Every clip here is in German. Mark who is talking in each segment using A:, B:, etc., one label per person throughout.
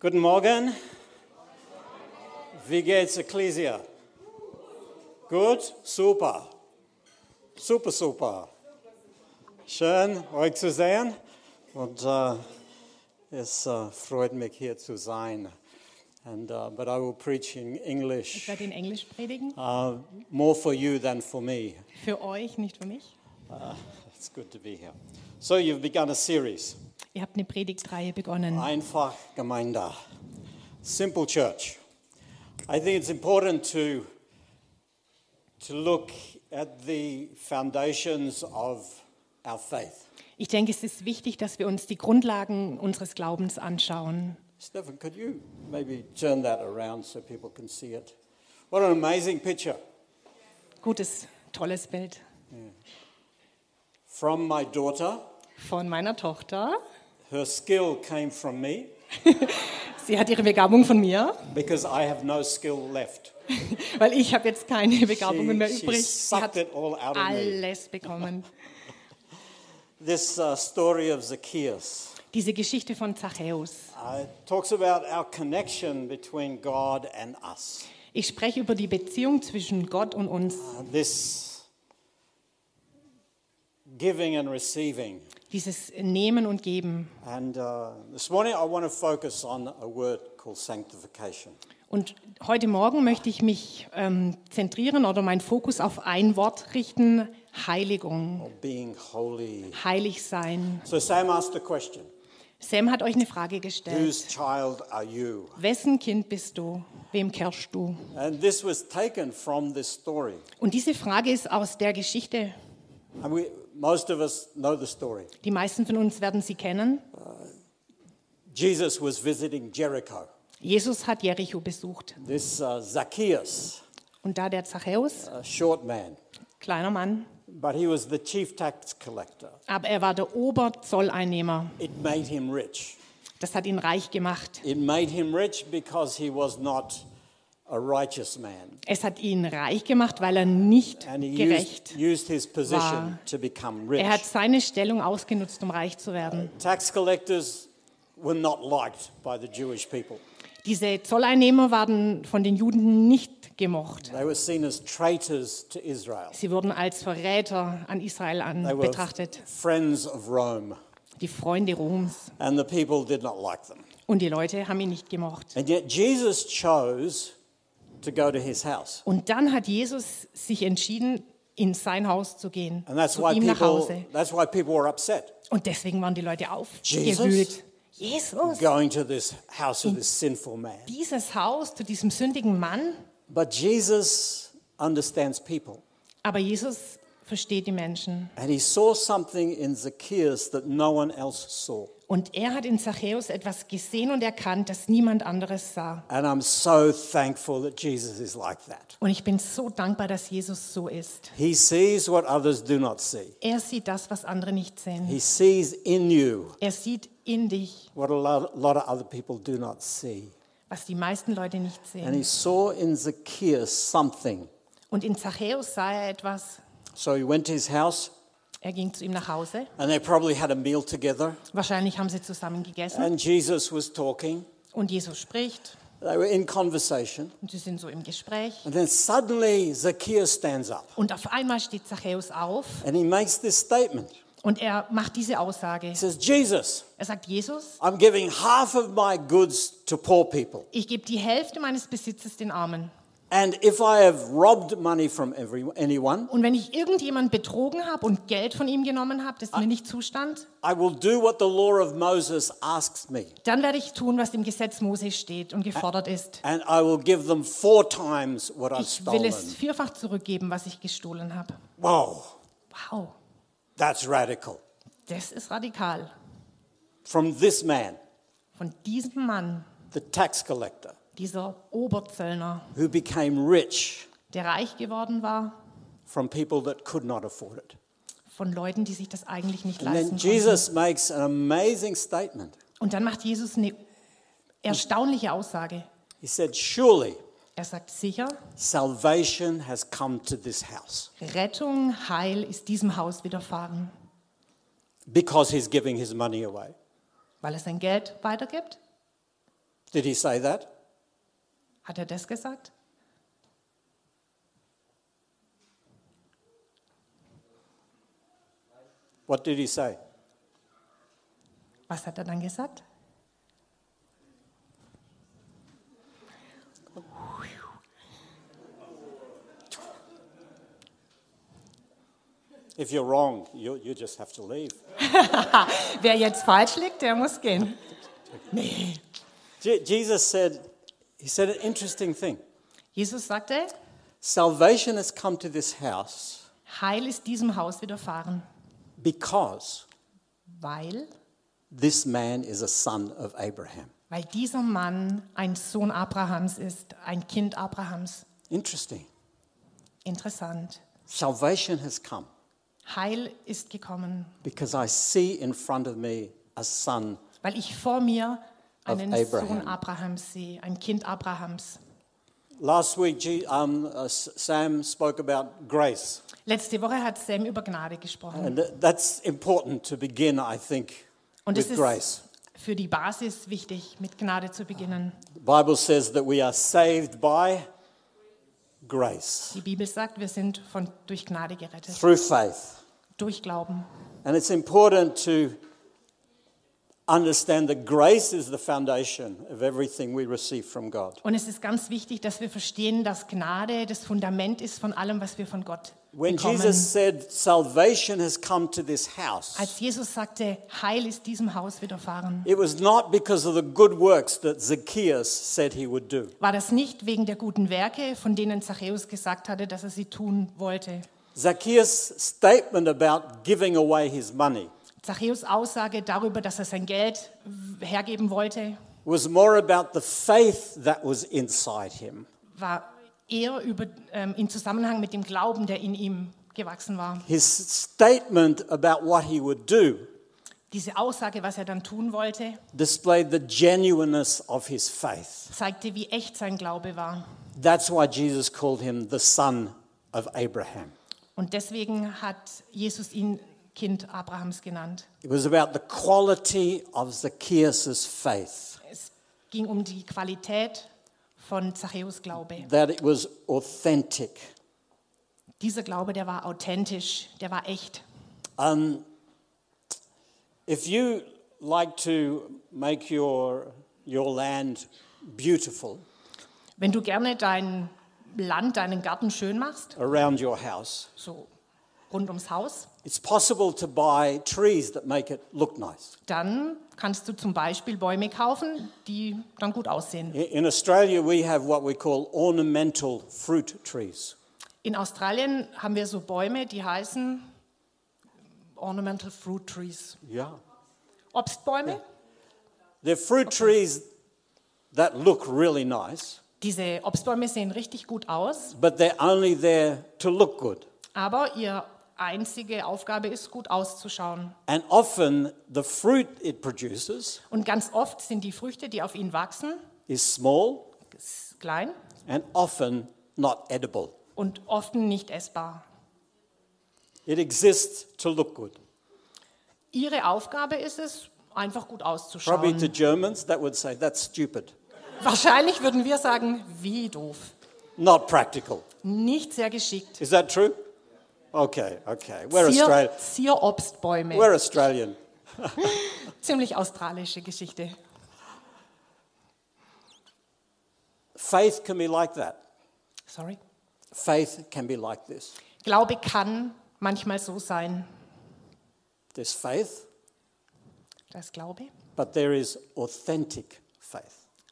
A: Guten Morgen. Wie geht's, Ecclesia? Gut? Super. Super, super. Schön, euch zu sehen. Und äh, es äh, freut mich, hier zu sein. And, uh, but I will preach in
B: Ich
A: English,
B: werde in Englisch predigen.
A: uh, more for you than for me.
B: Für euch, nicht für mich.
A: Uh, it's good to be here. So, you've begun a series.
B: Ihr habt eine Predigtreihe
A: Ah.
B: begonnen.
A: Einfach Gemeinde. Simple church. I think it's important to, to look at the foundations of our faith.
B: Ich denke, es ist wichtig, dass wir uns die Grundlagen unseres Glaubens anschauen.
A: Stefan, could you maybe turn that around so people can see it? What an amazing picture.
B: Gutes, tolles Bild
A: From my daughter.
B: von meiner Tochter.
A: Her skill came from me
B: Sie hat ihre Begabung von mir,
A: because I have no skill left.
B: weil ich habe jetzt keine Begabungen mehr
A: She, she
B: übrig. Sie
A: sucked
B: hat
A: it all out of me.
B: alles bekommen.
A: This uh, story of Zacchaeus.
B: Diese Geschichte von Zachäus.
A: Uh, it talks about our connection between God and us.
B: Ich spreche über die Beziehung zwischen Gott und uns.
A: Uh, this giving and receiving.
B: Dieses Nehmen und Geben.
A: And uh, this morning I want to focus on a word called sanctification.
B: Und heute Morgen möchte ich mich ähm, zentrieren oder meinen Fokus auf ein Wort richten, Heiligung,
A: or Being holy.
B: heilig sein.
A: So Sam asked the question
B: Sam hat euch eine Frage gestellt.
A: Whose child are you?
B: Wessen Kind bist du? Wem kehrst du?
A: And this was taken from this story.
B: Und diese Frage ist aus der Geschichte.
A: And we, most of us know the story.
B: Die meisten von uns werden sie kennen.
A: Jesus was visiting Jericho.
B: Jesus hat Jericho besucht.
A: This uh, Zacchaeus,
B: Und da der Zachäus,
A: a short man,
B: kleiner Mann,
A: But he was the chief tax collector.
B: aber er war der Oberzolleinnehmer.
A: It made him rich.
B: Das hat ihn reich gemacht.
A: It made him rich because he was not a righteous man.
B: Es hat ihn reich gemacht, weil er nicht
A: And he
B: gerecht
A: used, used his position
B: war.
A: to become rich.
B: Er hat seine Stellung ausgenutzt, um reich zu werden.
A: Tax collectors were not liked by the Jewish people.
B: Diese Zolleinnehmer waren von den Juden nicht gemocht.
A: They were seen as traitors to Israel.
B: Sie wurden als Verräter an Israel an
A: They were
B: betrachtet,
A: friends of Rome,
B: die Freunde Roms.
A: and the people did not like them.
B: Und die Leute haben ihn nicht gemocht.
A: And yet Jesus chose to go to his house.
B: Und dann hat Jesus sich entschieden, in sein Haus zu gehen,
A: And that's
B: zu
A: why
B: ihm nach
A: people
B: Hause.
A: that's why people were upset.
B: Und deswegen waren die Leute
A: Jesus?
B: aufgewühlt. Jesus,
A: going to this house of this sinful man.
B: dieses Haus zu diesem sündigen Mann.
A: But Jesus understands people.
B: Aber Jesus versteht die Menschen.
A: And he saw something in Zacchaeus that no one else saw.
B: Und er hat in Zachäus etwas gesehen und erkannt, das niemand anderes sah.
A: And I'm so thankful that Jesus is like that.
B: Und ich bin so dankbar, dass Jesus so ist.
A: He sees what others do not see.
B: Er sieht das, was andere nicht sehen.
A: He sees in you
B: Er sieht in dich,
A: what a lo- lot of other people do not see.
B: was die meisten Leute nicht
A: And he
B: sehen.
A: saw in Zacchaeus something.
B: Und in Zachäus sah er etwas.
A: So he went to his house,
B: Er ging zu ihm nach Hause.
A: and they probably had a meal together.
B: Wahrscheinlich haben sie zusammen gegessen.
A: And Jesus was talking.
B: Und Jesus spricht.
A: They were in conversation.
B: Und sie sind so im Gespräch.
A: And then suddenly Zacchaeus stands up
B: Und auf einmal steht Zachäus auf
A: and he makes this statement.
B: und er macht diese Aussage.
A: He says, Jesus,
B: Er sagt, Jesus,
A: I'm giving half of my goods to poor people.
B: ich gebe die Hälfte meines Besitzes den Armen.
A: And if I have robbed money from every, anyone,
B: Und wenn ich irgendjemand betrogen habe und Geld von ihm genommen habe, das mir nicht zustand,
A: I will do what the law of Moses asks me.
B: dann werde ich tun, was im Gesetz Mose steht und gefordert ist.
A: And I will give them four times what I've
B: Ich will
A: stolen.
B: es vierfach zurückgeben, was ich gestohlen habe.
A: Whoa,
B: Wow,
A: that's radical.
B: das ist radikal.
A: From this man,
B: Von diesem Mann,
A: the tax collector,
B: dieser Oberzöllner,
A: who became rich
B: der reich geworden war,
A: from people that could not afford it.
B: von Leuten, die sich das eigentlich nicht
A: And then
B: leisten konnten.
A: Jesus makes an amazing statement.
B: Und dann macht Jesus eine erstaunliche Aussage.
A: He said, Surely
B: Er sagt sicher,
A: salvation has come to this house
B: Rettung, Heil ist diesem Haus widerfahren,
A: because he's giving his money away.
B: weil er sein Geld weitergibt.
A: Did he say that?
B: Hat er das gesagt?
A: What did he say?
B: Was hat er dann gesagt?
A: If you're wrong, you, you just have to leave.
B: Wer jetzt falsch liegt, der muss gehen. Nee.
A: Je- Jesus said, he said an interesting thing.
B: Jesus sagte,
A: Salvation has come to this house
B: Heil ist diesem Haus widerfahren,
A: because
B: weil,
A: this man is a son of Abraham.
B: weil dieser Mann ein Sohn Abrahams ist, ein Kind Abrahams.
A: Interesting.
B: Interessant.
A: Salvation has come
B: Heil ist gekommen,
A: because I see in front of me a son.
B: weil ich vor mir
A: Of
B: einen
A: Abraham.
B: Sohn Abrahams sehe, ein Kind Abrahams.
A: Last week, Je- um, uh, S- Sam spoke about grace,
B: Letzte Woche hat Sam über Gnade gesprochen.
A: and th- that's important to begin, I think,
B: Und es
A: with grace.
B: ist für die Basis wichtig, mit Gnade zu beginnen.
A: The Bible says that we are saved by grace
B: Die Bibel sagt, wir sind von, durch Gnade gerettet,
A: through faith.
B: durch Glauben.
A: And it's important to understand that grace is the foundation of everything we receive from God.
B: Und es ist ganz wichtig, dass wir verstehen, dass Gnade das Fundament ist von allem, was wir von Gott
A: When
B: bekommen.
A: Jesus said, Salvation has come to this house,
B: Als Jesus sagte, Heil ist diesem Haus widerfahren,
A: it was not because of the good works that Zacchaeus said he would do.
B: war das nicht wegen der guten Werke, von denen Zachäus gesagt hatte, dass er sie tun wollte.
A: Zacchaeus' statement about giving away his money
B: Zachäus Aussage darüber, dass er sein Geld hergeben wollte,
A: was more about the faith that was inside him.
B: war eher über, ähm, im Zusammenhang mit dem Glauben, der in ihm gewachsen war.
A: His statement about what he would do
B: Diese Aussage, was er dann tun wollte,
A: displayed the genuineness of his faith.
B: zeigte, wie echt sein Glaube war.
A: That's why Jesus called him the son of Abraham.
B: Und deswegen hat Jesus ihn Kind Abrahams genannt.
A: It was about the quality of Zacchaeus' faith,
B: Es ging um die Qualität von Zachäus Glaube.
A: that it was authentic.
B: Dieser Glaube, der war authentisch, der war echt.
A: Um, if you like to make your, your land beautiful
B: Wenn du gerne dein Land, deinen Garten schön machst,
A: around your house,
B: so rund ums Haus,
A: it's possible to buy trees that make it look nice.
B: dann kannst du zum Beispiel Bäume kaufen, die dann gut aussehen.
A: I- In Australia, we have what we call ornamental fruit trees.
B: In Australien haben wir so Bäume, die heißen Ornamental Fruit Trees.
A: Yeah.
B: Obstbäume,
A: They're fruit trees that look really nice,
B: diese Obstbäume sehen richtig gut aus,
A: but they're only there to look good.
B: aber ihre einzige Aufgabe ist, gut auszuschauen.
A: And often the fruit it produces
B: Und ganz oft sind die Früchte, die auf ihnen wachsen,
A: is small
B: s- klein
A: and often not edible.
B: und oft nicht essbar.
A: It exists to look good.
B: Ihre Aufgabe ist es, einfach gut
A: Probably to
B: auszuschauen.
A: Germans, that would say that's stupid,
B: Wahrscheinlich würden wir sagen, wie doof.
A: not practical.
B: Nicht sehr geschickt.
A: Is that true? Okay, okay. We're,
B: Zier,
A: Australian.
B: Zierobstbäume.
A: We're Australian.
B: Ziemlich australische Geschichte.
A: Faith can be like that.
B: Sorry.
A: Faith can be like this.
B: Glaube kann manchmal so sein.
A: There's faith,
B: Das Glaube.
A: but there is authentic faith.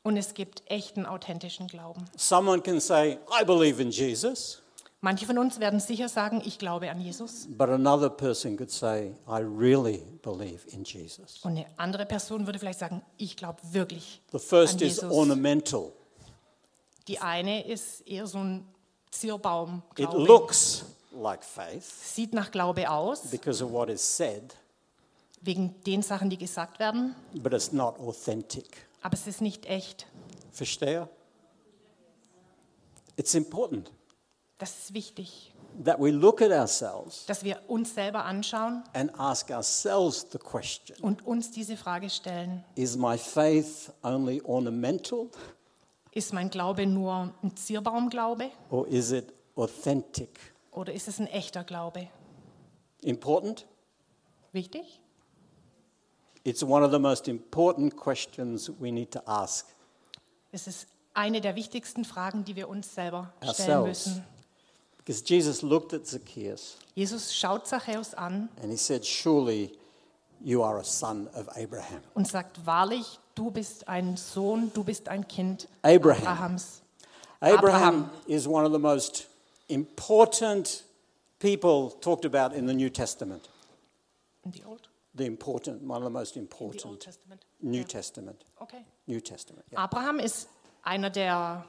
B: Und es gibt echten, authentischen Glauben.
A: Someone can say, I believe in Jesus,
B: Manche von uns werden sicher sagen, ich glaube an Jesus.
A: but another person could say, I really believe in Jesus.
B: Und eine andere Person würde vielleicht sagen, ich glaube wirklich
A: The first
B: an
A: is
B: Jesus.
A: ornamental,
B: Die eine ist eher so ein Zierbaum.
A: it
B: Glaube.
A: looks like faith
B: Sieht nach Glaube aus,
A: because of what is said,
B: wegen den Sachen, die gesagt werden,
A: but it's not authentic.
B: aber es ist nicht echt.
A: Verstehe? It's important.
B: Das ist wichtig.
A: that we look at ourselves
B: dass wir uns selber anschauen
A: and ask ourselves the question
B: und uns diese Frage stellen,
A: Is my faith only ornamental
B: ist mein Glaube nur ein Zierbaumglaube
A: or is it authentic?
B: oder ist es ein echter Glaube?
A: Important?
B: Wichtig?
A: It's one of the most important questions we need to ask
B: Es ist eine der wichtigsten Fragen, die wir uns selber stellen
A: ourselves.
B: müssen.
A: Because Jesus looked at Zacchaeus
B: Jesus schaut Zachäus an
A: and he said, Surely you are a son of Abraham.
B: und sagt, wahrlich, du bist ein Sohn, du bist ein Kind
A: Abraham.
B: Abrahams.
A: Abraham is one of the most important people talked about in the New Testament.
B: In the Old,
A: The important, one of the most
B: in the Old
A: important.
B: Testament.
A: New Testament.
B: Okay.
A: New Testament. Yeah.
B: Abraham ist einer der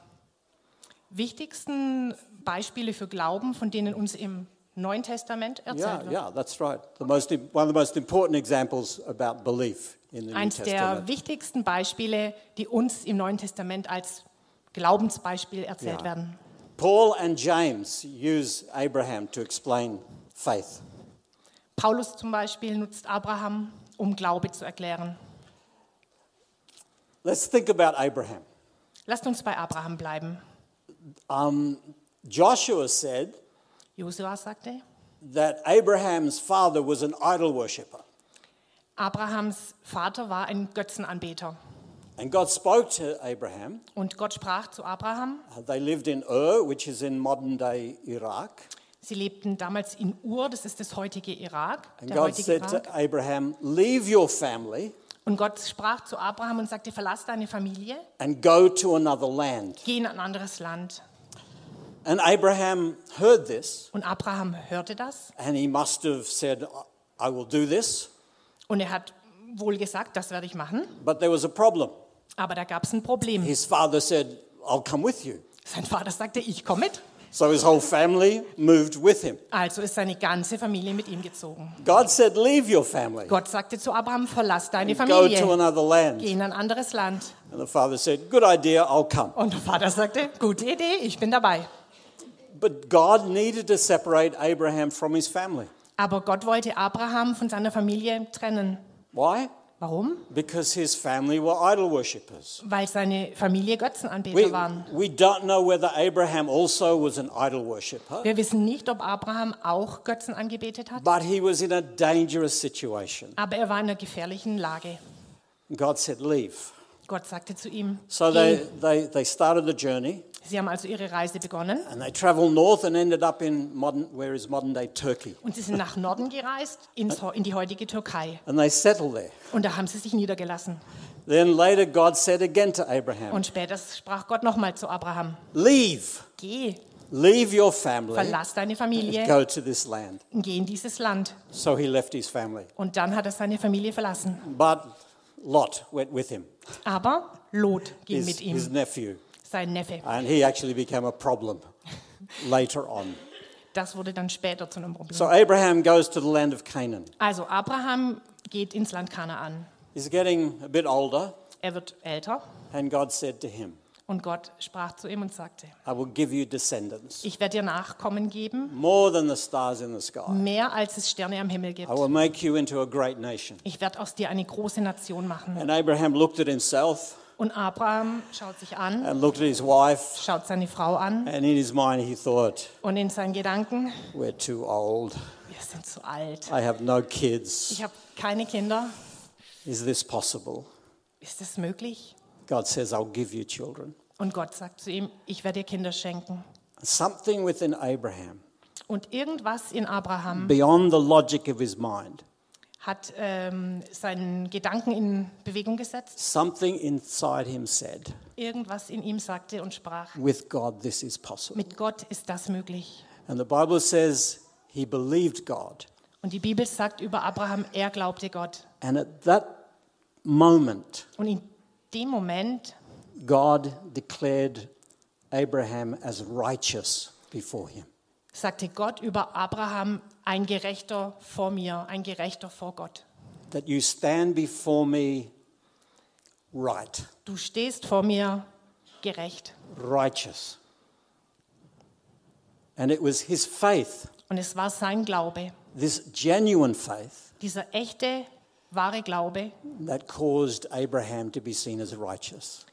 B: wichtigsten Beispiele für Glauben, von denen uns im Neuen Testament erzählt
A: Yeah,
B: wird.
A: yeah, that's right. The most, im- one of the most important examples about belief in the New
B: Eins der
A: Testament.
B: wichtigsten Beispiele, die uns im Neuen Testament als Glaubensbeispiel erzählt
A: Ja.
B: werden.
A: Paul and James use Abraham to explain faith.
B: Paulus zum Beispiel nutzt Abraham, um Glaube zu erklären.
A: Let's think about Abraham.
B: Lasst uns bei Abraham bleiben.
A: Joshua said
B: Josua sagte,
A: that Abraham's father was an idol worshiper,
B: Abrahams Vater war ein Götzenanbeter.
A: and God spoke to Abraham.
B: Und Gott sprach zu Abraham,
A: Uh, They lived in Ur, which is in modern day Iraq.
B: sie lebten damals in Ur, das ist das heutige Irak,
A: And
B: der
A: God
B: heutige
A: said to
B: Irak.
A: Abraham, Leave your family
B: Und Gott sprach zu Abraham und sagte, verlass deine Familie,
A: and go to another land.
B: geh in ein anderes Land.
A: And Abraham heard this.
B: Und Abraham hörte das
A: And he must have said, I will do this.
B: und er hat wohl gesagt, das werde ich machen.
A: But there was a problem.
B: Aber da gab es ein Problem.
A: His father said, I'll come with you.
B: Sein Vater sagte, ich komme mit.
A: So his whole family moved with him.
B: Also ist seine ganze Familie mit ihm gezogen.
A: God said, Leave your family,
B: Gott sagte zu Abraham, verlass deine
A: go to
B: Familie,
A: another
B: geh
A: land.
B: in ein anderes Land.
A: And the father said, Good idea, I'll come.
B: Und der Vater sagte, gute Idee, ich bin dabei.
A: But God needed to separate Abraham from his family.
B: Aber Gott wollte Abraham von seiner Familie trennen.
A: Why?
B: Warum?
A: Because his family were idol worshippers.
B: Weil seine Familie Götzenanbeter
A: We,
B: waren.
A: we don't know whether Abraham also was an idol worshipper,
B: Wir wissen nicht, ob Abraham auch Götzen angebetet hat,
A: but he was in a dangerous situation.
B: aber er war in einer gefährlichen Lage.
A: God said, Leave.
B: Gott sagte zu ihm,
A: So
B: "Geh."
A: they, they, they started the journey
B: sie haben also ihre Reise begonnen
A: and they traveled north and ended up in modern, where is modern day Turkey.
B: und sie sind nach Norden gereist, ins, Ho- in die heutige Türkei.
A: And they settled there.
B: Und da haben sie sich niedergelassen.
A: Then later, God said again to Abraham,
B: Und später sprach Gott nochmal zu Abraham,
A: Leave,
B: geh,
A: leave your family,
B: verlass deine Familie
A: go to this land.
B: und geh in dieses Land.
A: So he left his family.
B: Und dann hat er seine Familie verlassen.
A: But Lot went with him,
B: Aber Lot ging
A: his,
B: mit
A: his
B: ihm,
A: nephew.
B: sein Neffe.
A: And he actually became a problem later on.
B: Das wurde dann später zu einem Problem.
A: So Abraham goes to the land of Canaan.
B: Also Abraham geht ins Land Kanaan.
A: He's getting a bit older,
B: Er wird älter
A: and God said to him,
B: und Gott sprach zu ihm und sagte,
A: I will give you descendants.
B: ich werde dir Nachkommen geben,
A: more than the stars in the sky.
B: mehr als es Sterne am Himmel gibt.
A: I will make you into a great nation.
B: Ich werde aus dir eine große Nation machen.
A: And Abraham looked at himself
B: Und Abraham schaut sich an,
A: and looked at his wife,
B: schaut seine Frau an
A: and in his mind he thought,
B: und in seinen Gedanken,
A: We're too old.
B: wir sind zu alt.
A: I have no kids.
B: Ich habe keine Kinder.
A: Is this possible?
B: Ist das möglich?
A: God says, I'll give you children.
B: Und Gott sagt zu ihm, ich werde dir Kinder schenken.
A: Something within Abraham,
B: Und irgendwas in Abraham
A: beyond the logic of his mind,
B: hat ähm, seinen Gedanken in Bewegung gesetzt.
A: something inside him said,
B: Irgendwas in ihm sagte und sprach,
A: With God, this is possible.
B: mit Gott ist das möglich.
A: And the Bible says he believed God.
B: Und die Bibel sagt über Abraham, er glaubte Gott.
A: And at that moment,
B: Und in dem Moment
A: God declared Abraham as righteous before him.
B: sagte Gott über Abraham, ein Gerechter vor mir, ein Gerechter vor Gott.
A: That you stand before me right,
B: Du stehst vor mir gerecht.
A: righteous. And it was his faith,
B: Und es war sein Glaube,
A: this genuine faith,
B: dieser echte, wahre Glaube,
A: that caused Abraham to be seen as righteous.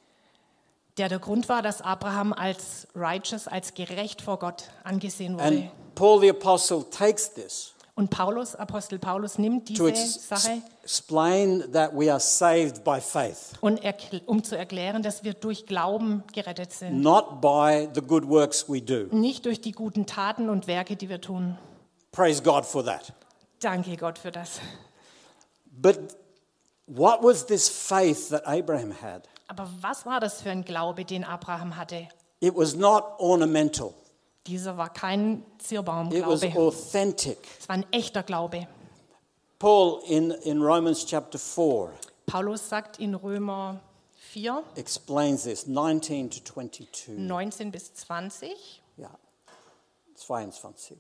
B: der der Grund war, dass Abraham als righteous, als gerecht vor Gott angesehen wurde.
A: And Paul the Apostle takes this
B: Und Paulus, Apostel Paulus, nimmt
A: to
B: diese
A: ex-
B: Sache,
A: explain that we are saved by faith,
B: und erkl- um zu erklären, dass wir durch Glauben gerettet sind.
A: not by the good works we do.
B: Nicht durch die guten Taten und Werke, die wir tun.
A: Praise God for that.
B: Danke Gott für das.
A: But what was this faith that Abraham had?
B: Aber was war das für ein Glaube, den Abraham hatte?
A: It was not ornamental,
B: Dieser war kein
A: it was
B: Zierbaumglaube.
A: authentic.
B: Es war ein echter Glaube.
A: Paul in, in Romans chapter 4
B: Paulus sagt in Römer 4,
A: explains this 19 to 22.
B: 19 bis 20.
A: Ja, 22.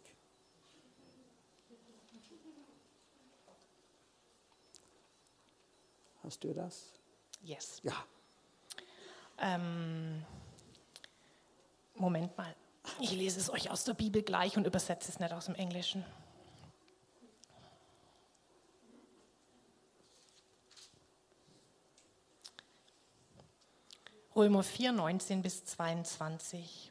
A: Hast du das?
B: Yes.
A: Ja.
B: Ähm, Moment mal. Ich lese es euch aus der Bibel gleich und übersetze es nicht aus dem Englischen. Römer 4, 19 bis 22.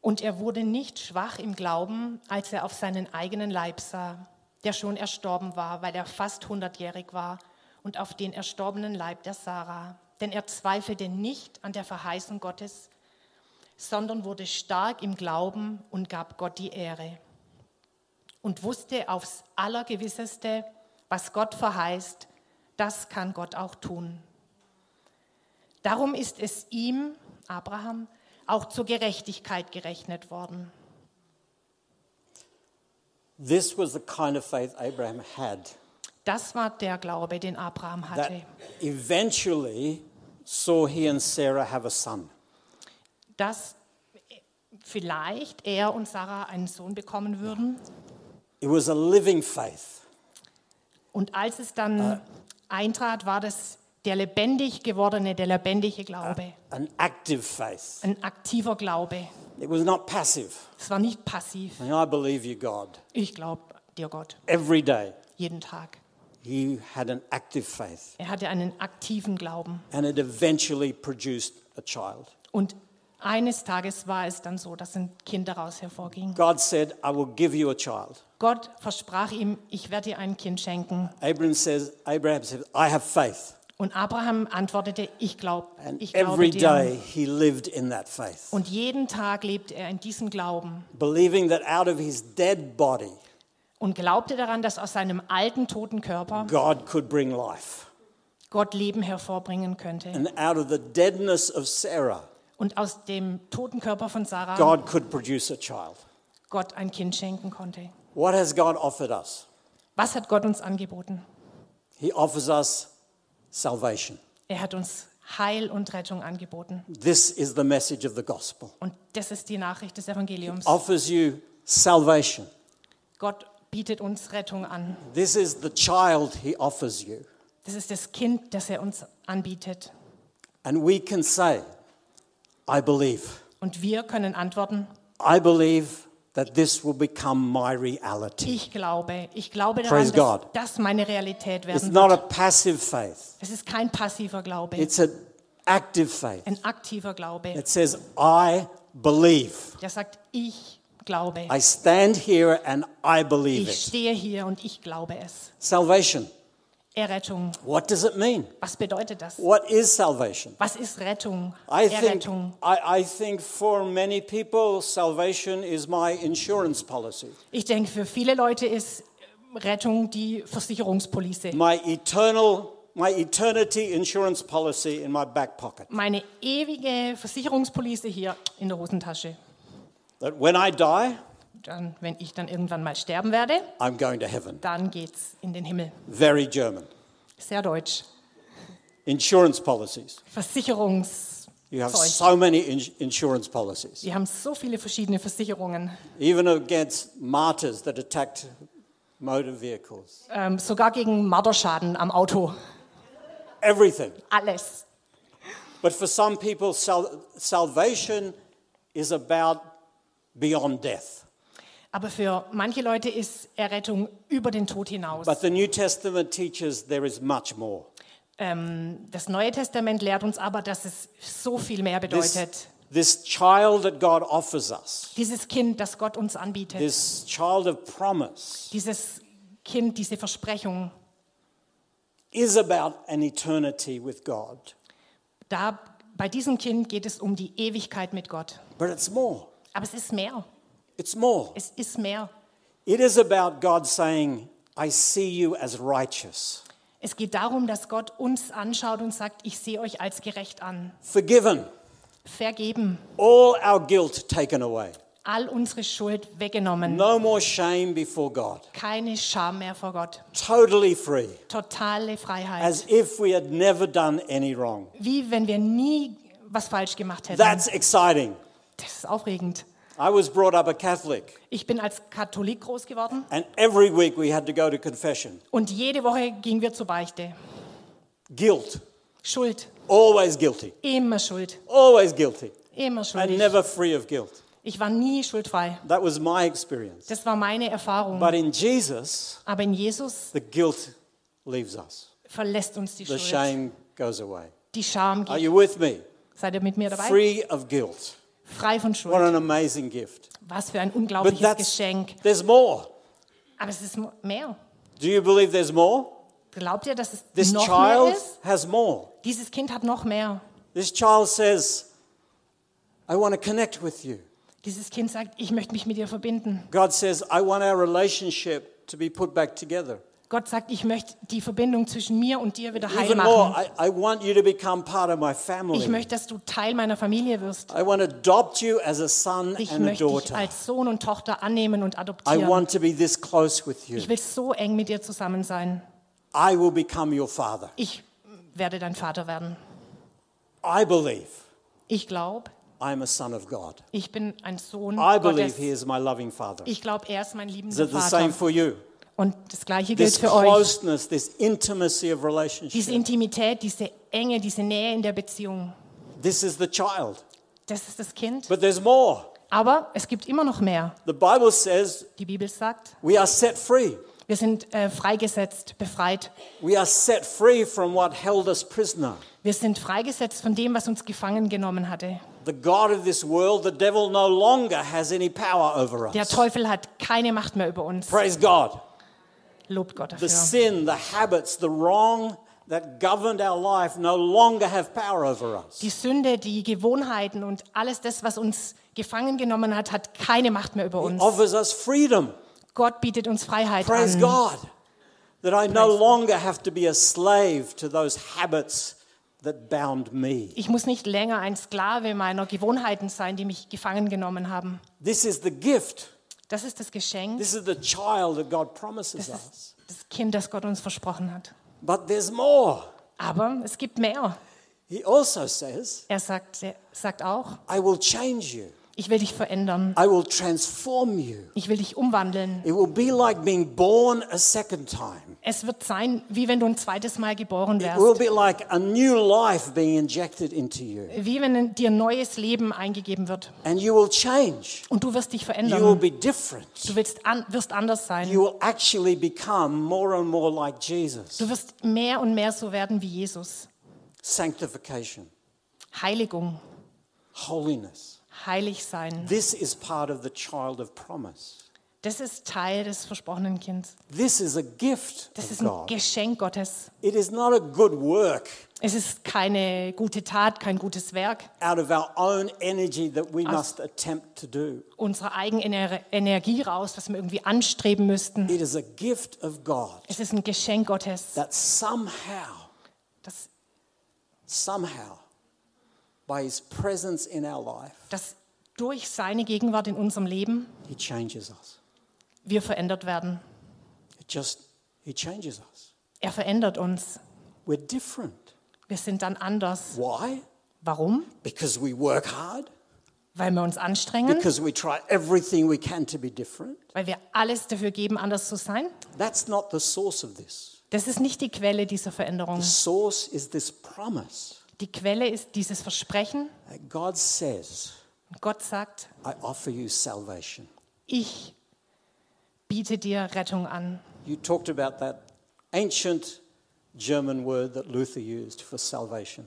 B: Und er wurde nicht schwach im Glauben, als er auf seinen eigenen Leib sah, der schon erstorben war, weil er fast hundertjährig war, und auf den erstorbenen Leib der Sarah. Denn er zweifelte nicht an der Verheißung Gottes, sondern wurde stark im Glauben und gab Gott die Ehre. Und wusste aufs Allergewisseste, was Gott verheißt, das kann Gott auch tun. Darum ist es ihm, Abraham, auch zur Gerechtigkeit gerechnet worden.
A: This was the kind of faith Abraham had
B: Das war der Glaube, den Abraham
A: that
B: hatte.
A: eventually saw he and Sarah have a son.
B: Dass vielleicht er und Sarah einen Sohn bekommen würden.
A: It was a living faith.
B: Und als es dann eintrat, war das der lebendig gewordene, der lebendige Glaube.
A: An active faith.
B: Ein aktiver Glaube.
A: It was not passive.
B: Es war nicht passiv.
A: And I believe you, God.
B: Ich glaube dir Gott,
A: Every day,
B: jeden Tag.
A: he had an active faith.
B: Er hatte einen aktiven Glauben.
A: And it eventually produced a child.
B: Und eines Tages war es dann so, dass ein Kind daraus hervorging.
A: God said, I will give you a child.
B: Gott versprach ihm, ich werde dir ein Kind schenken.
A: Abraham says, Abraham says, I have faith.
B: Und Abraham antwortete, ich glaube,
A: And
B: ich glaube
A: every
B: dir.
A: day he lived in that faith,
B: Und jeden Tag lebte er in diesem Glauben
A: believing that out of his dead body,
B: und glaubte daran, dass aus seinem alten, toten Körper
A: God could bring life.
B: Gott Leben hervorbringen könnte.
A: And out of the deadness of Sarah,
B: Und aus dem toten Körper von Sarah
A: God could produce a child.
B: Gott ein Kind schenken konnte.
A: What has God offered us?
B: Was hat Gott uns angeboten?
A: He offers us salvation.
B: Er hat uns Heil und Rettung angeboten.
A: This is the message of the gospel.
B: Und das ist die Nachricht des Evangeliums.
A: Offers you salvation.
B: Gott bietet uns Rettung an.
A: This is the child he offers you.
B: Das ist das Kind, das er uns anbietet.
A: And we can say, I believe.
B: Und wir können antworten,
A: I believe that this will become my reality.
B: Ich glaube, ich glaube
A: Praise
B: daran, dass
A: God.
B: das meine Realität
A: It's
B: werden
A: not a
B: wird.
A: passive faith,
B: Es ist kein passiver Glaube,
A: it's an active faith
B: ein aktiver Glaube,
A: that says, I believe.
B: der sagt, ich glaube.
A: I stand here and I believe
B: Ich
A: it.
B: stehe hier und ich glaube es.
A: Salvation.
B: Errettung.
A: What does it mean?
B: Was bedeutet das?
A: What is salvation?
B: Was ist Rettung?
A: I think,
B: Errettung.
A: I, I think for many people, salvation is my insurance policy,
B: Ich denke, für viele Leute ist Rettung die Versicherungspolice.
A: my eternal, my eternity insurance policy in my back pocket.
B: Meine ewige Versicherungspolice hier in der Hosentasche.
A: That when I die,
B: Dann, wenn ich dann irgendwann mal sterben werde,
A: I'm going to heaven.
B: dann geht's in den Himmel.
A: Very German.
B: Sehr deutsch.
A: Insurance policies.
B: Versicherungs.
A: You have
B: Zeug.
A: so many ins insurance policies,
B: Sie haben so viele verschiedene Versicherungen.
A: even against martyrs that attacked motor vehicles,
B: ähm, sogar gegen Marderschaden am Auto.
A: everything.
B: Alles.
A: But for some people, sal- salvation is about beyond death.
B: Aber für manche Leute ist Errettung über den Tod hinaus.
A: But the New Testament teaches there is much more.
B: Ähm, das Neue Testament lehrt uns aber, dass es so viel mehr
A: This,
B: bedeutet.
A: this child that God offers us,
B: Dieses Kind, das Gott uns anbietet,
A: this child of promise,
B: dieses Kind, diese Versprechung,
A: is about an eternity with God.
B: da bei diesem Kind geht es um die Ewigkeit mit Gott.
A: But it's more.
B: Aber es ist mehr.
A: It's more.
B: Es ist mehr.
A: It is about God saying, I see you as righteous,
B: Es geht darum, dass Gott uns anschaut und sagt, ich sehe euch als gerecht an.
A: forgiven,
B: Vergeben,
A: all our guilt taken away,
B: all unsere Schuld weggenommen.
A: no more shame before God,
B: Keine Scham mehr vor Gott.
A: totally free,
B: Totale Freiheit.
A: as if we had never done any wrong.
B: Wie wenn wir nie was falsch gemacht hätten.
A: That's exciting.
B: Das ist aufregend.
A: I was brought up a Catholic,
B: Ich bin als Katholik groß geworden
A: and every week we had to go to confession.
B: und jede Woche gingen wir zur Beichte.
A: Guilt,
B: Schuld,
A: always guilty,
B: immer Schuld,
A: always guilty,
B: immer
A: and
B: schuldig.
A: never free of guilt.
B: Ich war nie schuldfrei.
A: That was my experience.
B: Das war meine Erfahrung.
A: But in Jesus,
B: Aber in Jesus
A: the guilt leaves us,
B: verlässt uns die
A: the
B: Schuld.
A: shame goes away.
B: Die Scham
A: Are
B: geht.
A: you with me?
B: Seid ihr mit mir dabei?
A: Free of guilt.
B: Frei von
A: What
B: Schuld.
A: an amazing gift.
B: Was für ein
A: But
B: unglaubliches
A: that's
B: Geschenk.
A: there's more.
B: Aber es ist mehr.
A: Do you believe there's more?
B: Glaubt ihr, dass es
A: This
B: noch mehr
A: child
B: ist?
A: has more.
B: Dieses Kind hat noch mehr.
A: This child says, I want to connect with you.
B: Dieses Kind sagt, ich möchte mich mit dir verbinden.
A: God says, I want our relationship to be put back together.
B: Gott sagt, ich möchte die Verbindung zwischen mir und dir wieder heil
A: Even more,
B: machen.
A: I, I want you to become part of my
B: Ich
A: family.
B: möchte, dass du Teil meiner Familie wirst.
A: I want to adopt you as a son
B: Ich
A: and a
B: möchte dich
A: daughter.
B: als Sohn und Tochter annehmen und
A: I
B: adoptieren.
A: want to be this close with you.
B: Ich will so eng mit dir zusammen sein.
A: I will become your father.
B: Ich werde dein Vater werden.
A: I believe
B: Ich glaube,
A: I'm a son of God.
B: ich bin ein Sohn
A: I believe
B: Gottes.
A: He is my loving father.
B: Mm, Ich glaube, er ist mein
A: Is it
B: liebender
A: the same
B: Vater.
A: for you?
B: Und das Gleiche gilt
A: This
B: für euch.
A: closeness, this intimacy of
B: Diese
A: relationship.
B: Intimität, diese Enge, diese Nähe in der Beziehung.
A: This is the child.
B: Das ist das Kind.
A: But there's more.
B: Aber es gibt immer noch mehr.
A: The Bible says
B: Die Bibel sagt,
A: we are set free.
B: wir sind äh, freigesetzt, befreit.
A: We are set free from what held us prisoner.
B: Wir sind freigesetzt von dem, was uns gefangen genommen hatte.
A: The God of this world, the devil, no longer has any power over
B: Der
A: us.
B: Teufel hat keine Macht mehr über uns.
A: Praise God.
B: Lobt Gott
A: The
B: dafür.
A: sin, the habits, the wrong that governed our life no longer have power over us.
B: Die Sünde, die Gewohnheiten und alles das, was uns gefangen genommen hat, hat keine Macht mehr über
A: He
B: uns.
A: offers us freedom.
B: Gott bietet uns Freiheit
A: Praise
B: an.
A: God that I no
B: Praise God.
A: longer have to be a slave to those habits that bound me.
B: Ich muss nicht länger ein Sklave meiner Gewohnheiten sein, die mich gefangen genommen haben.
A: This is the gift.
B: Das ist das Geschenk,
A: This is the child that God promises
B: das
A: us.
B: ist das Kind, das Gott uns versprochen hat.
A: But there's more.
B: Aber es gibt mehr.
A: He also says,
B: Er sagt, er sagt auch,
A: I will change you.
B: ich will dich verändern.
A: I will transform you.
B: Ich will dich umwandeln.
A: It will be like being born a second time.
B: Es wird sein, wie wenn du ein zweites Mal geboren
A: It
B: wärst.
A: will be like a new life being injected into you.
B: Wie wenn dir neues Leben eingegeben wird.
A: And you will change.
B: Und du wirst dich
A: You will
B: verändern.
A: be different.
B: Du willst an, wirst anders sein.
A: You will actually become more and more like Jesus.
B: Du wirst mehr und mehr so werden wie Jesus.
A: Sanctification,
B: Heiligung,
A: holiness.
B: heilig sein.
A: This is part of the child of promise.
B: Das ist Teil des versprochenen Kindes.
A: This is a gift
B: Das
A: of
B: ist ein
A: God.
B: Geschenk Gottes.
A: It is not a good work
B: Es ist keine gute Tat, kein gutes Werk
A: out of our own energy that we must attempt to do.
B: unserer eigenen Ener- Energie raus, was wir irgendwie anstreben müssten.
A: It is a gift of God
B: Es ist ein Geschenk Gottes,
A: that somehow,
B: das,
A: somehow, by His presence in our life,
B: das durch seine Gegenwart in unserem Leben
A: He changes us.
B: wir verändert werden.
A: It just, He changes us.
B: Er verändert uns.
A: We're different.
B: Wir sind dann anders.
A: Why?
B: Warum?
A: Because we work hard?
B: weil wir uns anstrengen,
A: because we try everything we can to be different.
B: weil wir alles dafür geben, anders zu sein.
A: That's not the source of this.
B: Das ist nicht die Quelle dieser Veränderung.
A: The source is this promise
B: Die Quelle ist dieses Versprechen.
A: that God says,
B: Und Gott sagt,
A: I offer you salvation.
B: ich biete dir Rettung an.
A: You talked about that ancient German word that Luther used for salvation.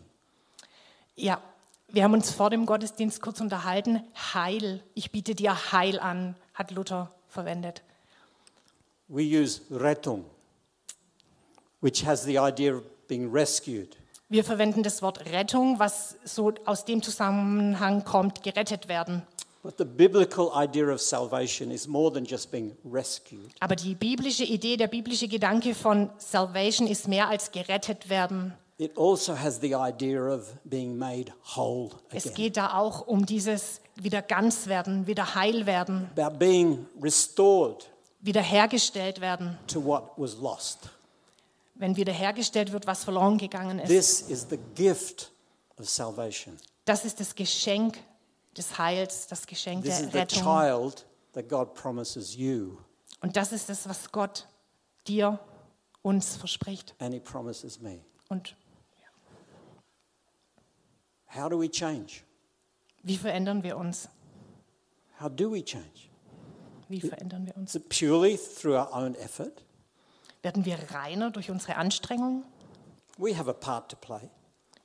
B: Ja, wir haben uns vor dem Gottesdienst kurz unterhalten. Heil, ich biete dir Heil an, hat Luther verwendet.
A: We use retung, which has the idea of being rescued.
B: Wir verwenden das Wort Rettung, was so aus dem Zusammenhang kommt, gerettet werden.
A: But the biblical idea of salvation is more than just being rescued.
B: Aber die biblische Idee, der biblische Gedanke von Salvation ist mehr als gerettet werden.
A: It also has the idea of being made whole
B: Es
A: again,
B: geht da auch um dieses wieder ganz werden, wieder heil werden,
A: about being restored
B: wieder hergestellt werden.
A: to what was lost.
B: Wenn wieder hergestellt wird, was verloren gegangen ist.
A: This is the gift of salvation.
B: Das ist das Geschenk des Heils, das Geschenk
A: This is
B: der
A: the
B: Rettung.
A: child that God promises you,
B: Und das ist das, was Gott dir, uns verspricht.
A: and He promises me.
B: Und
A: How do we change?
B: wie verändern wir uns?
A: How do we change?
B: Wie verändern wir
A: Is
B: uns?
A: it purely through our own effort?
B: Werden wir reiner durch unsere Anstrengung?
A: We have a part to play,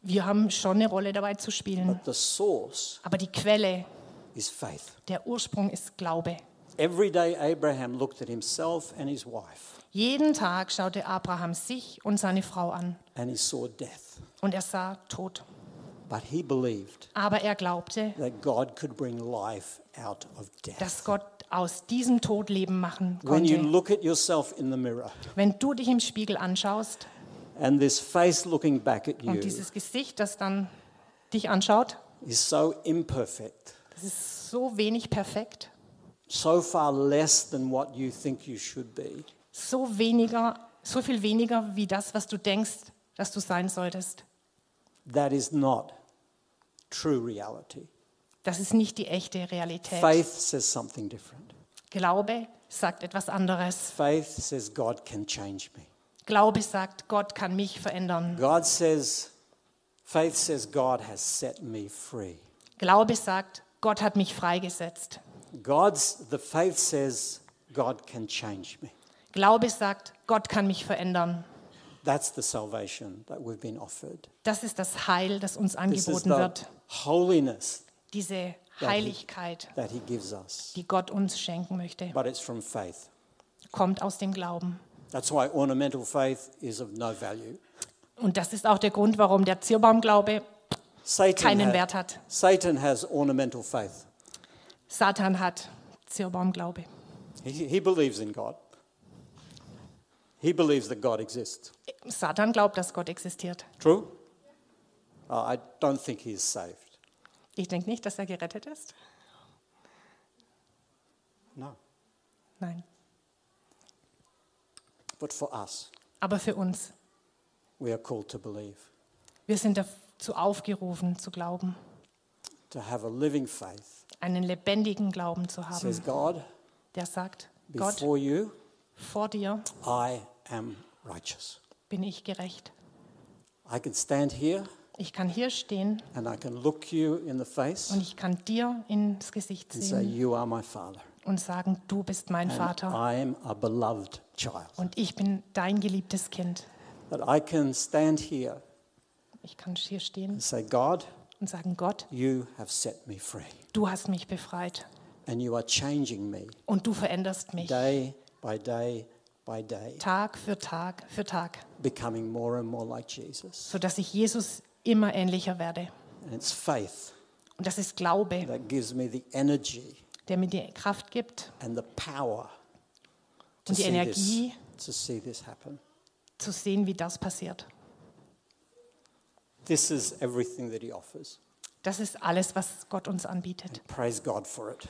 B: Wir haben schon eine Rolle dabei zu spielen.
A: but the source
B: Aber die Quelle,
A: is faith.
B: der Ursprung ist Glaube.
A: Every day Abraham looked at himself and his wife,
B: Jeden Tag schaute Abraham sich und seine Frau an
A: and he saw death.
B: und er sah Tod.
A: But he believed
B: Aber er glaubte,
A: that God could bring life out of death.
B: dass Gott aus diesem Tod Leben machen
A: When you
B: konnte.
A: look at yourself in the mirror
B: Wenn du dich im Spiegel anschaust
A: and this face looking back at you
B: und dieses Gesicht, das dann dich anschaut,
A: is so imperfect,
B: das ist so wenig perfekt,
A: so far less than what you think you should be,
B: so weniger, so viel weniger wie das, was du denkst, dass du sein solltest.
A: that is not true reality.
B: Das ist nicht die echte Realität.
A: Faith says something different.
B: Glaube sagt etwas anderes.
A: Faith says God can change me.
B: Glaube sagt, Gott kann mich verändern.
A: God says, faith says God has set me free.
B: Glaube sagt, Gott hat mich freigesetzt.
A: God's the faith says God can change me.
B: Glaube sagt, Gott kann mich verändern.
A: That's the salvation that we've been offered.
B: Das ist das Heil, das uns
A: This is
B: angeboten
A: the
B: wird.
A: holiness
B: Diese
A: he-
B: Heiligkeit,
A: that He gives us,
B: die Gott uns schenken möchte,
A: but it's from faith.
B: kommt aus dem Glauben.
A: That's why ornamental faith is of no value.
B: Und das ist auch der Grund, warum der Zierbaumglaube
A: Satan,
B: keinen
A: ha-
B: Wert hat.
A: Satan has ornamental faith.
B: Satan hat. Zierbaumglaube.
A: He, he believes in God. He believes that God exists.
B: Satan glaubt, dass Gott existiert.
A: True? Uh, I don't think he is saved.
B: Ich denke nicht, dass er gerettet ist.
A: No.
B: Nein.
A: But for us,
B: Aber für uns,
A: we are called to believe,
B: wir sind dazu aufgerufen, zu glauben,
A: to have a living faith
B: einen lebendigen Glauben zu
A: says
B: haben,
A: God,
B: der sagt, Gott,
A: before you,
B: vor dir
A: I am righteous.
B: bin ich gerecht.
A: I can stand here
B: Ich kann hier stehen
A: and I can look you in the face
B: und ich kann dir ins Gesicht
A: and say,
B: sehen
A: You are my father.
B: und sagen, du bist mein
A: And
B: Vater
A: I am a beloved child.
B: und ich bin dein geliebtes Kind.
A: That I can stand here
B: Ich kann hier stehen
A: and say, God,
B: und sagen, Gott,
A: you have set me free
B: du hast mich befreit
A: and you are changing me
B: und du veränderst mich
A: day by day by day,
B: Tag für Tag für Tag,
A: becoming more and more like Jesus.
B: sodass ich Jesus immer ähnlicher werde.
A: And it's faith
B: Und das ist Glaube,
A: that gives me the energy
B: der mir die Kraft gibt,
A: and the power to,
B: Und
A: see,
B: die
A: this,
B: Energie.
A: to see this happen.
B: zu sehen, wie das passiert.
A: This is everything that he offers.
B: Das ist alles, was Gott uns anbietet.
A: Praise God for it.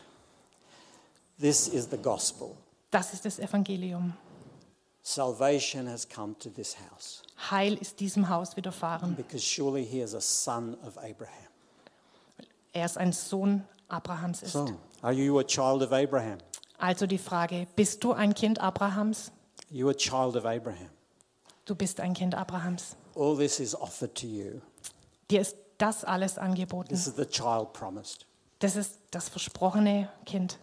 A: This is the gospel.
B: Das ist das Evangelium.
A: Salvation has come to this house
B: Heil ist diesem Haus widerfahren.
A: because surely he is a son of Abraham.
B: Er ist ein Sohn Abrahams ist.
A: So, are you a child of Abraham?
B: Also die Frage, bist du ein Kind Abrahams?
A: You a child of Abraham.
B: Du bist ein Kind Abrahams.
A: All this is offered to you.
B: Dir ist das alles angeboten.
A: This is the child promised.
B: Das ist das versprochene Kind.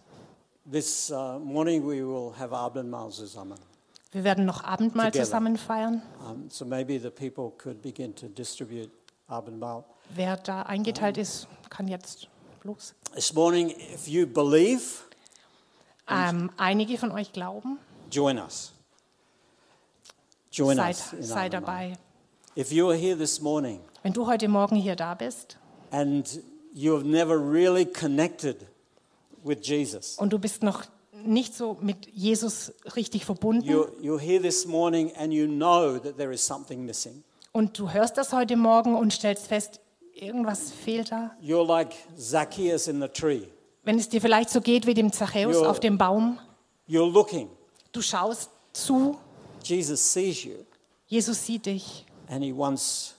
A: This uh, morning we will have Abendmahl zusammen.
B: Wir werden noch Abendmahl
A: Together.
B: zusammen feiern.
A: Um, so maybe the people could begin to distribute Abendmahl.
B: Wer da eingeteilt ist, kann jetzt los.
A: This morning, if you believe,
B: Ähm, einige von euch glauben,
A: join us. Join
B: seid,
A: us. in
B: sei
A: Abendmahl.
B: dabei.
A: If you are here this morning
B: Wenn du heute Morgen hier da bist
A: and you have never really connected with Jesus,
B: und du bist noch nicht so mit Jesus richtig verbunden
A: you're, you're here this morning and you know that there is something missing.
B: und du hörst das heute Morgen und stellst fest, irgendwas fehlt da.
A: You're like Zacchaeus in the tree.
B: Wenn es dir vielleicht so geht wie dem Zachäus
A: Jo.
B: auf dem Baum,
A: You're looking.
B: du schaust zu,
A: Jesus sees you
B: Jesus sieht dich
A: and he wants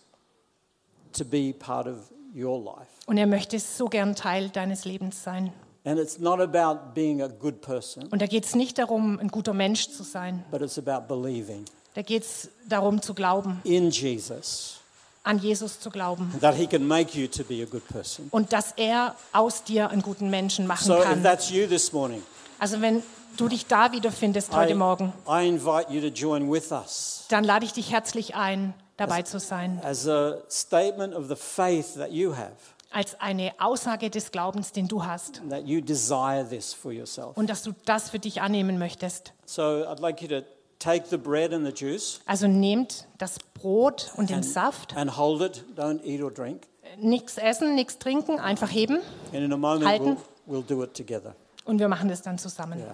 A: to be part of your life.
B: und er möchte so gern Teil deines Lebens sein.
A: And it's not about being a good person,
B: Und da geht es nicht darum, ein guter Mensch zu sein.
A: but it's about believing
B: Da geht es darum zu glauben,
A: in Jesus
B: an Jesus zu glauben
A: that he can make you to be a good person.
B: und dass er aus dir einen guten Menschen machen
A: So if
B: kann.
A: that's you this morning,
B: Also wenn du dich da wiederfindest heute Morgen,
A: I invite you to join with us
B: dann lade ich dich herzlich ein, dabei zu sein,
A: as a statement of the faith that you have,
B: als eine Aussage des Glaubens, den du hast
A: that you desire this for yourself.
B: und dass du das für dich annehmen möchtest.
A: So I'd like you to take the bread and the juice
B: Also nehmt das Brot und den Saft,
A: and hold it. Don't eat or drink.
B: nichts essen, nichts trinken, einfach heben
A: And in a moment,
B: Halten.
A: we'll, we'll do it together.
B: und wir machen das dann zusammen.
A: Yeah.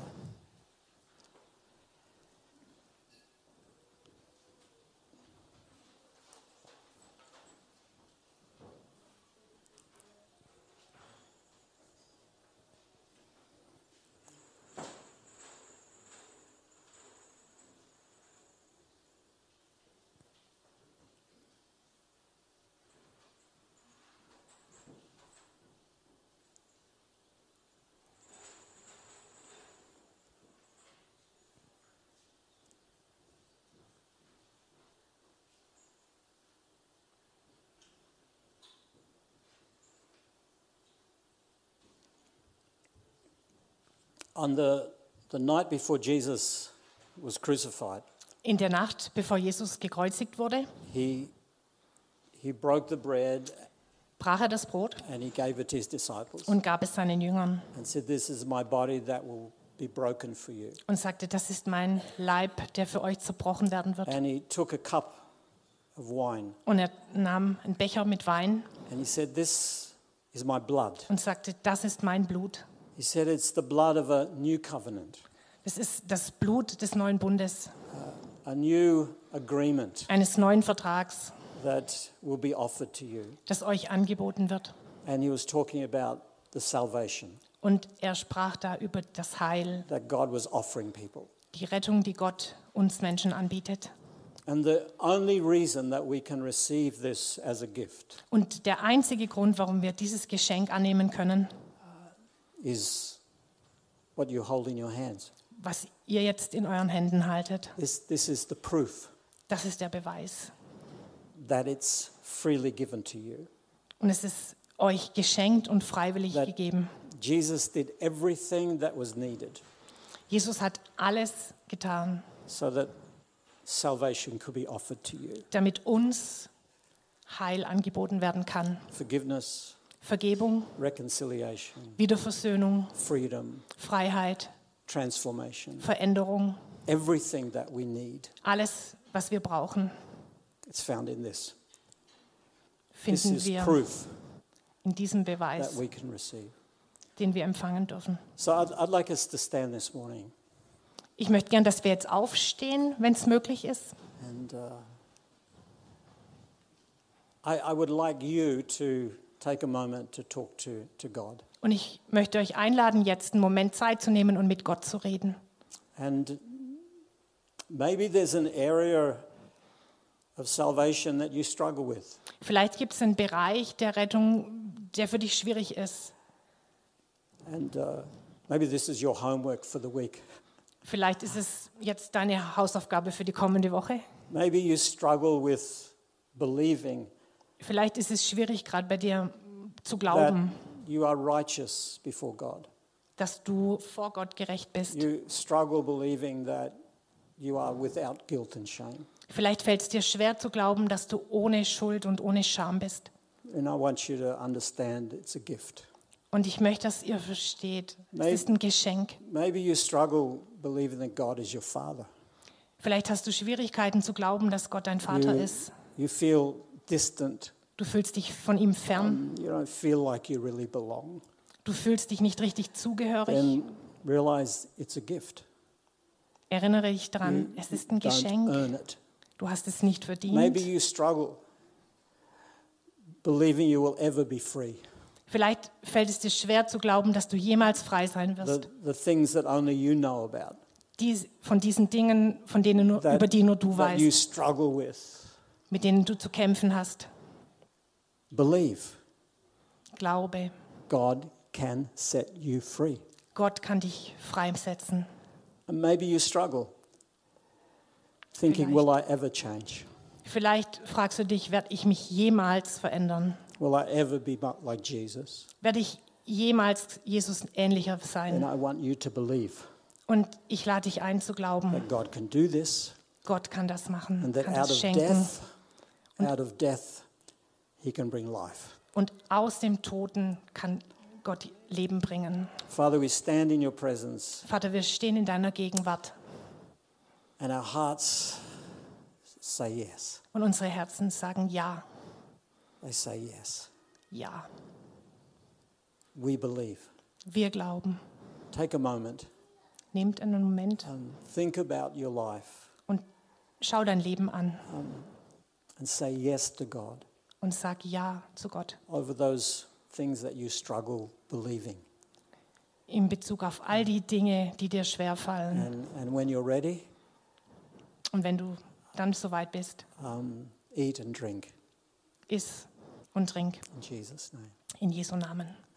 A: On the, the night before Jesus was crucified,
B: In der Nacht, bevor Jesus gekreuzigt wurde,
A: he, he broke the bread
B: brach er das Brot
A: and he gave it to his disciples
B: und gab es seinen Jüngern
A: and said, This is my body that will be broken for you.
B: und sagte, das ist mein Leib, der für euch zerbrochen werden wird.
A: And he took a cup of wine
B: Und er nahm einen Becher mit Wein
A: and he said, This is my blood.
B: und sagte, das ist mein Blut.
A: He said, It's the blood of a new covenant,
B: Das ist das Blut des neuen Bundes,
A: a new agreement
B: eines neuen Vertrags,
A: that will be offered to you.
B: das euch angeboten wird.
A: And he was talking about the salvation
B: Und er sprach da über das Heil,
A: that God was offering people.
B: die Rettung, die Gott uns Menschen anbietet.
A: And the only reason that we can receive this as a gift
B: Und der einzige Grund, warum wir dieses Geschenk annehmen können,
A: is what you hold in your hands.
B: was ihr jetzt in euren Händen haltet,
A: This, this is the proof
B: das ist der Beweis.
A: that it's freely given to you.
B: Und es ist euch geschenkt und freiwillig
A: That-
B: gegeben.
A: Jesus did everything that was needed
B: Jesus hat alles getan,
A: so that salvation could be offered to you
B: damit uns Heil angeboten werden kann.
A: forgiveness,
B: Vergebung,
A: reconciliation,
B: Wiederversöhnung,
A: freedom,
B: Freiheit,
A: transformation,
B: Veränderung,
A: everything that we need.
B: alles, was wir brauchen,
A: It's found in this. This
B: finden
A: is
B: wir
A: proof
B: in diesem
A: that
B: Beweis,
A: we can receive.
B: den wir empfangen dürfen.
A: So I'd, I'd like us to stand this morning
B: Ich möchte gern, dass wir jetzt aufstehen, wenn es möglich ist.
A: and uh, I, I would like you to take a moment to talk to, to God.
B: Und ich möchte euch einladen, jetzt einen Moment Zeit zu nehmen und mit Gott zu reden.
A: And maybe there's an area of salvation that you struggle with.
B: Vielleicht gibt es einen Bereich der Rettung, der für dich schwierig ist.
A: And uh, maybe this is your homework for the week.
B: Vielleicht ist es jetzt deine Hausaufgabe für die kommende Woche.
A: Maybe you struggle with believing
B: Vielleicht ist es schwierig, gerade bei dir zu
A: that
B: glauben,
A: you are righteous before God.
B: dass du vor Gott gerecht bist.
A: You struggle believing that you are without guilt and shame.
B: Vielleicht fällt es dir schwer zu glauben, dass du ohne Schuld und ohne Scham bist.
A: And I want you to understand it's a gift.
B: Und ich möchte, dass ihr versteht, es
A: Nein.
B: ist ein Geschenk.
A: Maybe you struggle believing that God is your father.
B: Vielleicht hast du Schwierigkeiten zu glauben, dass Gott dein Vater
A: You,
B: ist.
A: you feel distant.
B: Du fühlst dich von ihm fern.
A: You don't feel like you really belong.
B: Du fühlst dich nicht richtig zugehörig.
A: Then realize it's a gift.
B: Erinnere dich
A: Mm,
B: dran, es ist ein
A: Don't
B: Geschenk.
A: earn it.
B: Du hast es nicht
A: äh, Maybe
B: verdient.
A: you struggle believing you will ever be free.
B: Vielleicht fällt es dir schwer zu glauben, dass du jemals frei sein wirst.
A: The, the things that only you know about,
B: Dies, von diesen Dingen, von denen nur,
A: that,
B: über die nur du
A: that you
B: weißt,
A: struggle with.
B: mit denen du zu kämpfen hast.
A: Believe
B: Glaube,
A: God can set you free.
B: Gott kann dich freisetzen.
A: And maybe you struggle thinking,
B: Vielleicht.
A: will I ever change?
B: Vielleicht fragst du dich, werde ich mich jemals verändern?
A: Will I ever be mu- like Jesus?
B: Werde ich jemals Jesus ähnlicher sein?
A: And I want you to believe
B: Und ich lade dich ein zu glauben,
A: that God can do this
B: Gott kann das machen,
A: and that
B: kann
A: out
B: das
A: of
B: schenken.
A: death, out of death, He can bring life.
B: Und aus dem Toten kann Gott Leben bringen.
A: Father, we stand in your presence
B: Vater, wir stehen in deiner Gegenwart
A: and our hearts say yes.
B: und unsere Herzen sagen ja,
A: They say yes.
B: ja.
A: We believe.
B: Wir glauben.
A: Take a moment
B: Nehmt einen Moment
A: and think about your life
B: und schau dein Leben an
A: and say yes to God
B: und sag ja zu Gott
A: over those things that you struggle believing.
B: in Bezug auf all die Dinge, die dir schwerfallen.
A: And, and when you're ready,
B: Und wenn du dann soweit bist,
A: um, eat and drink
B: iss und trink
A: in Jesus' name.
B: in Jesu Namen.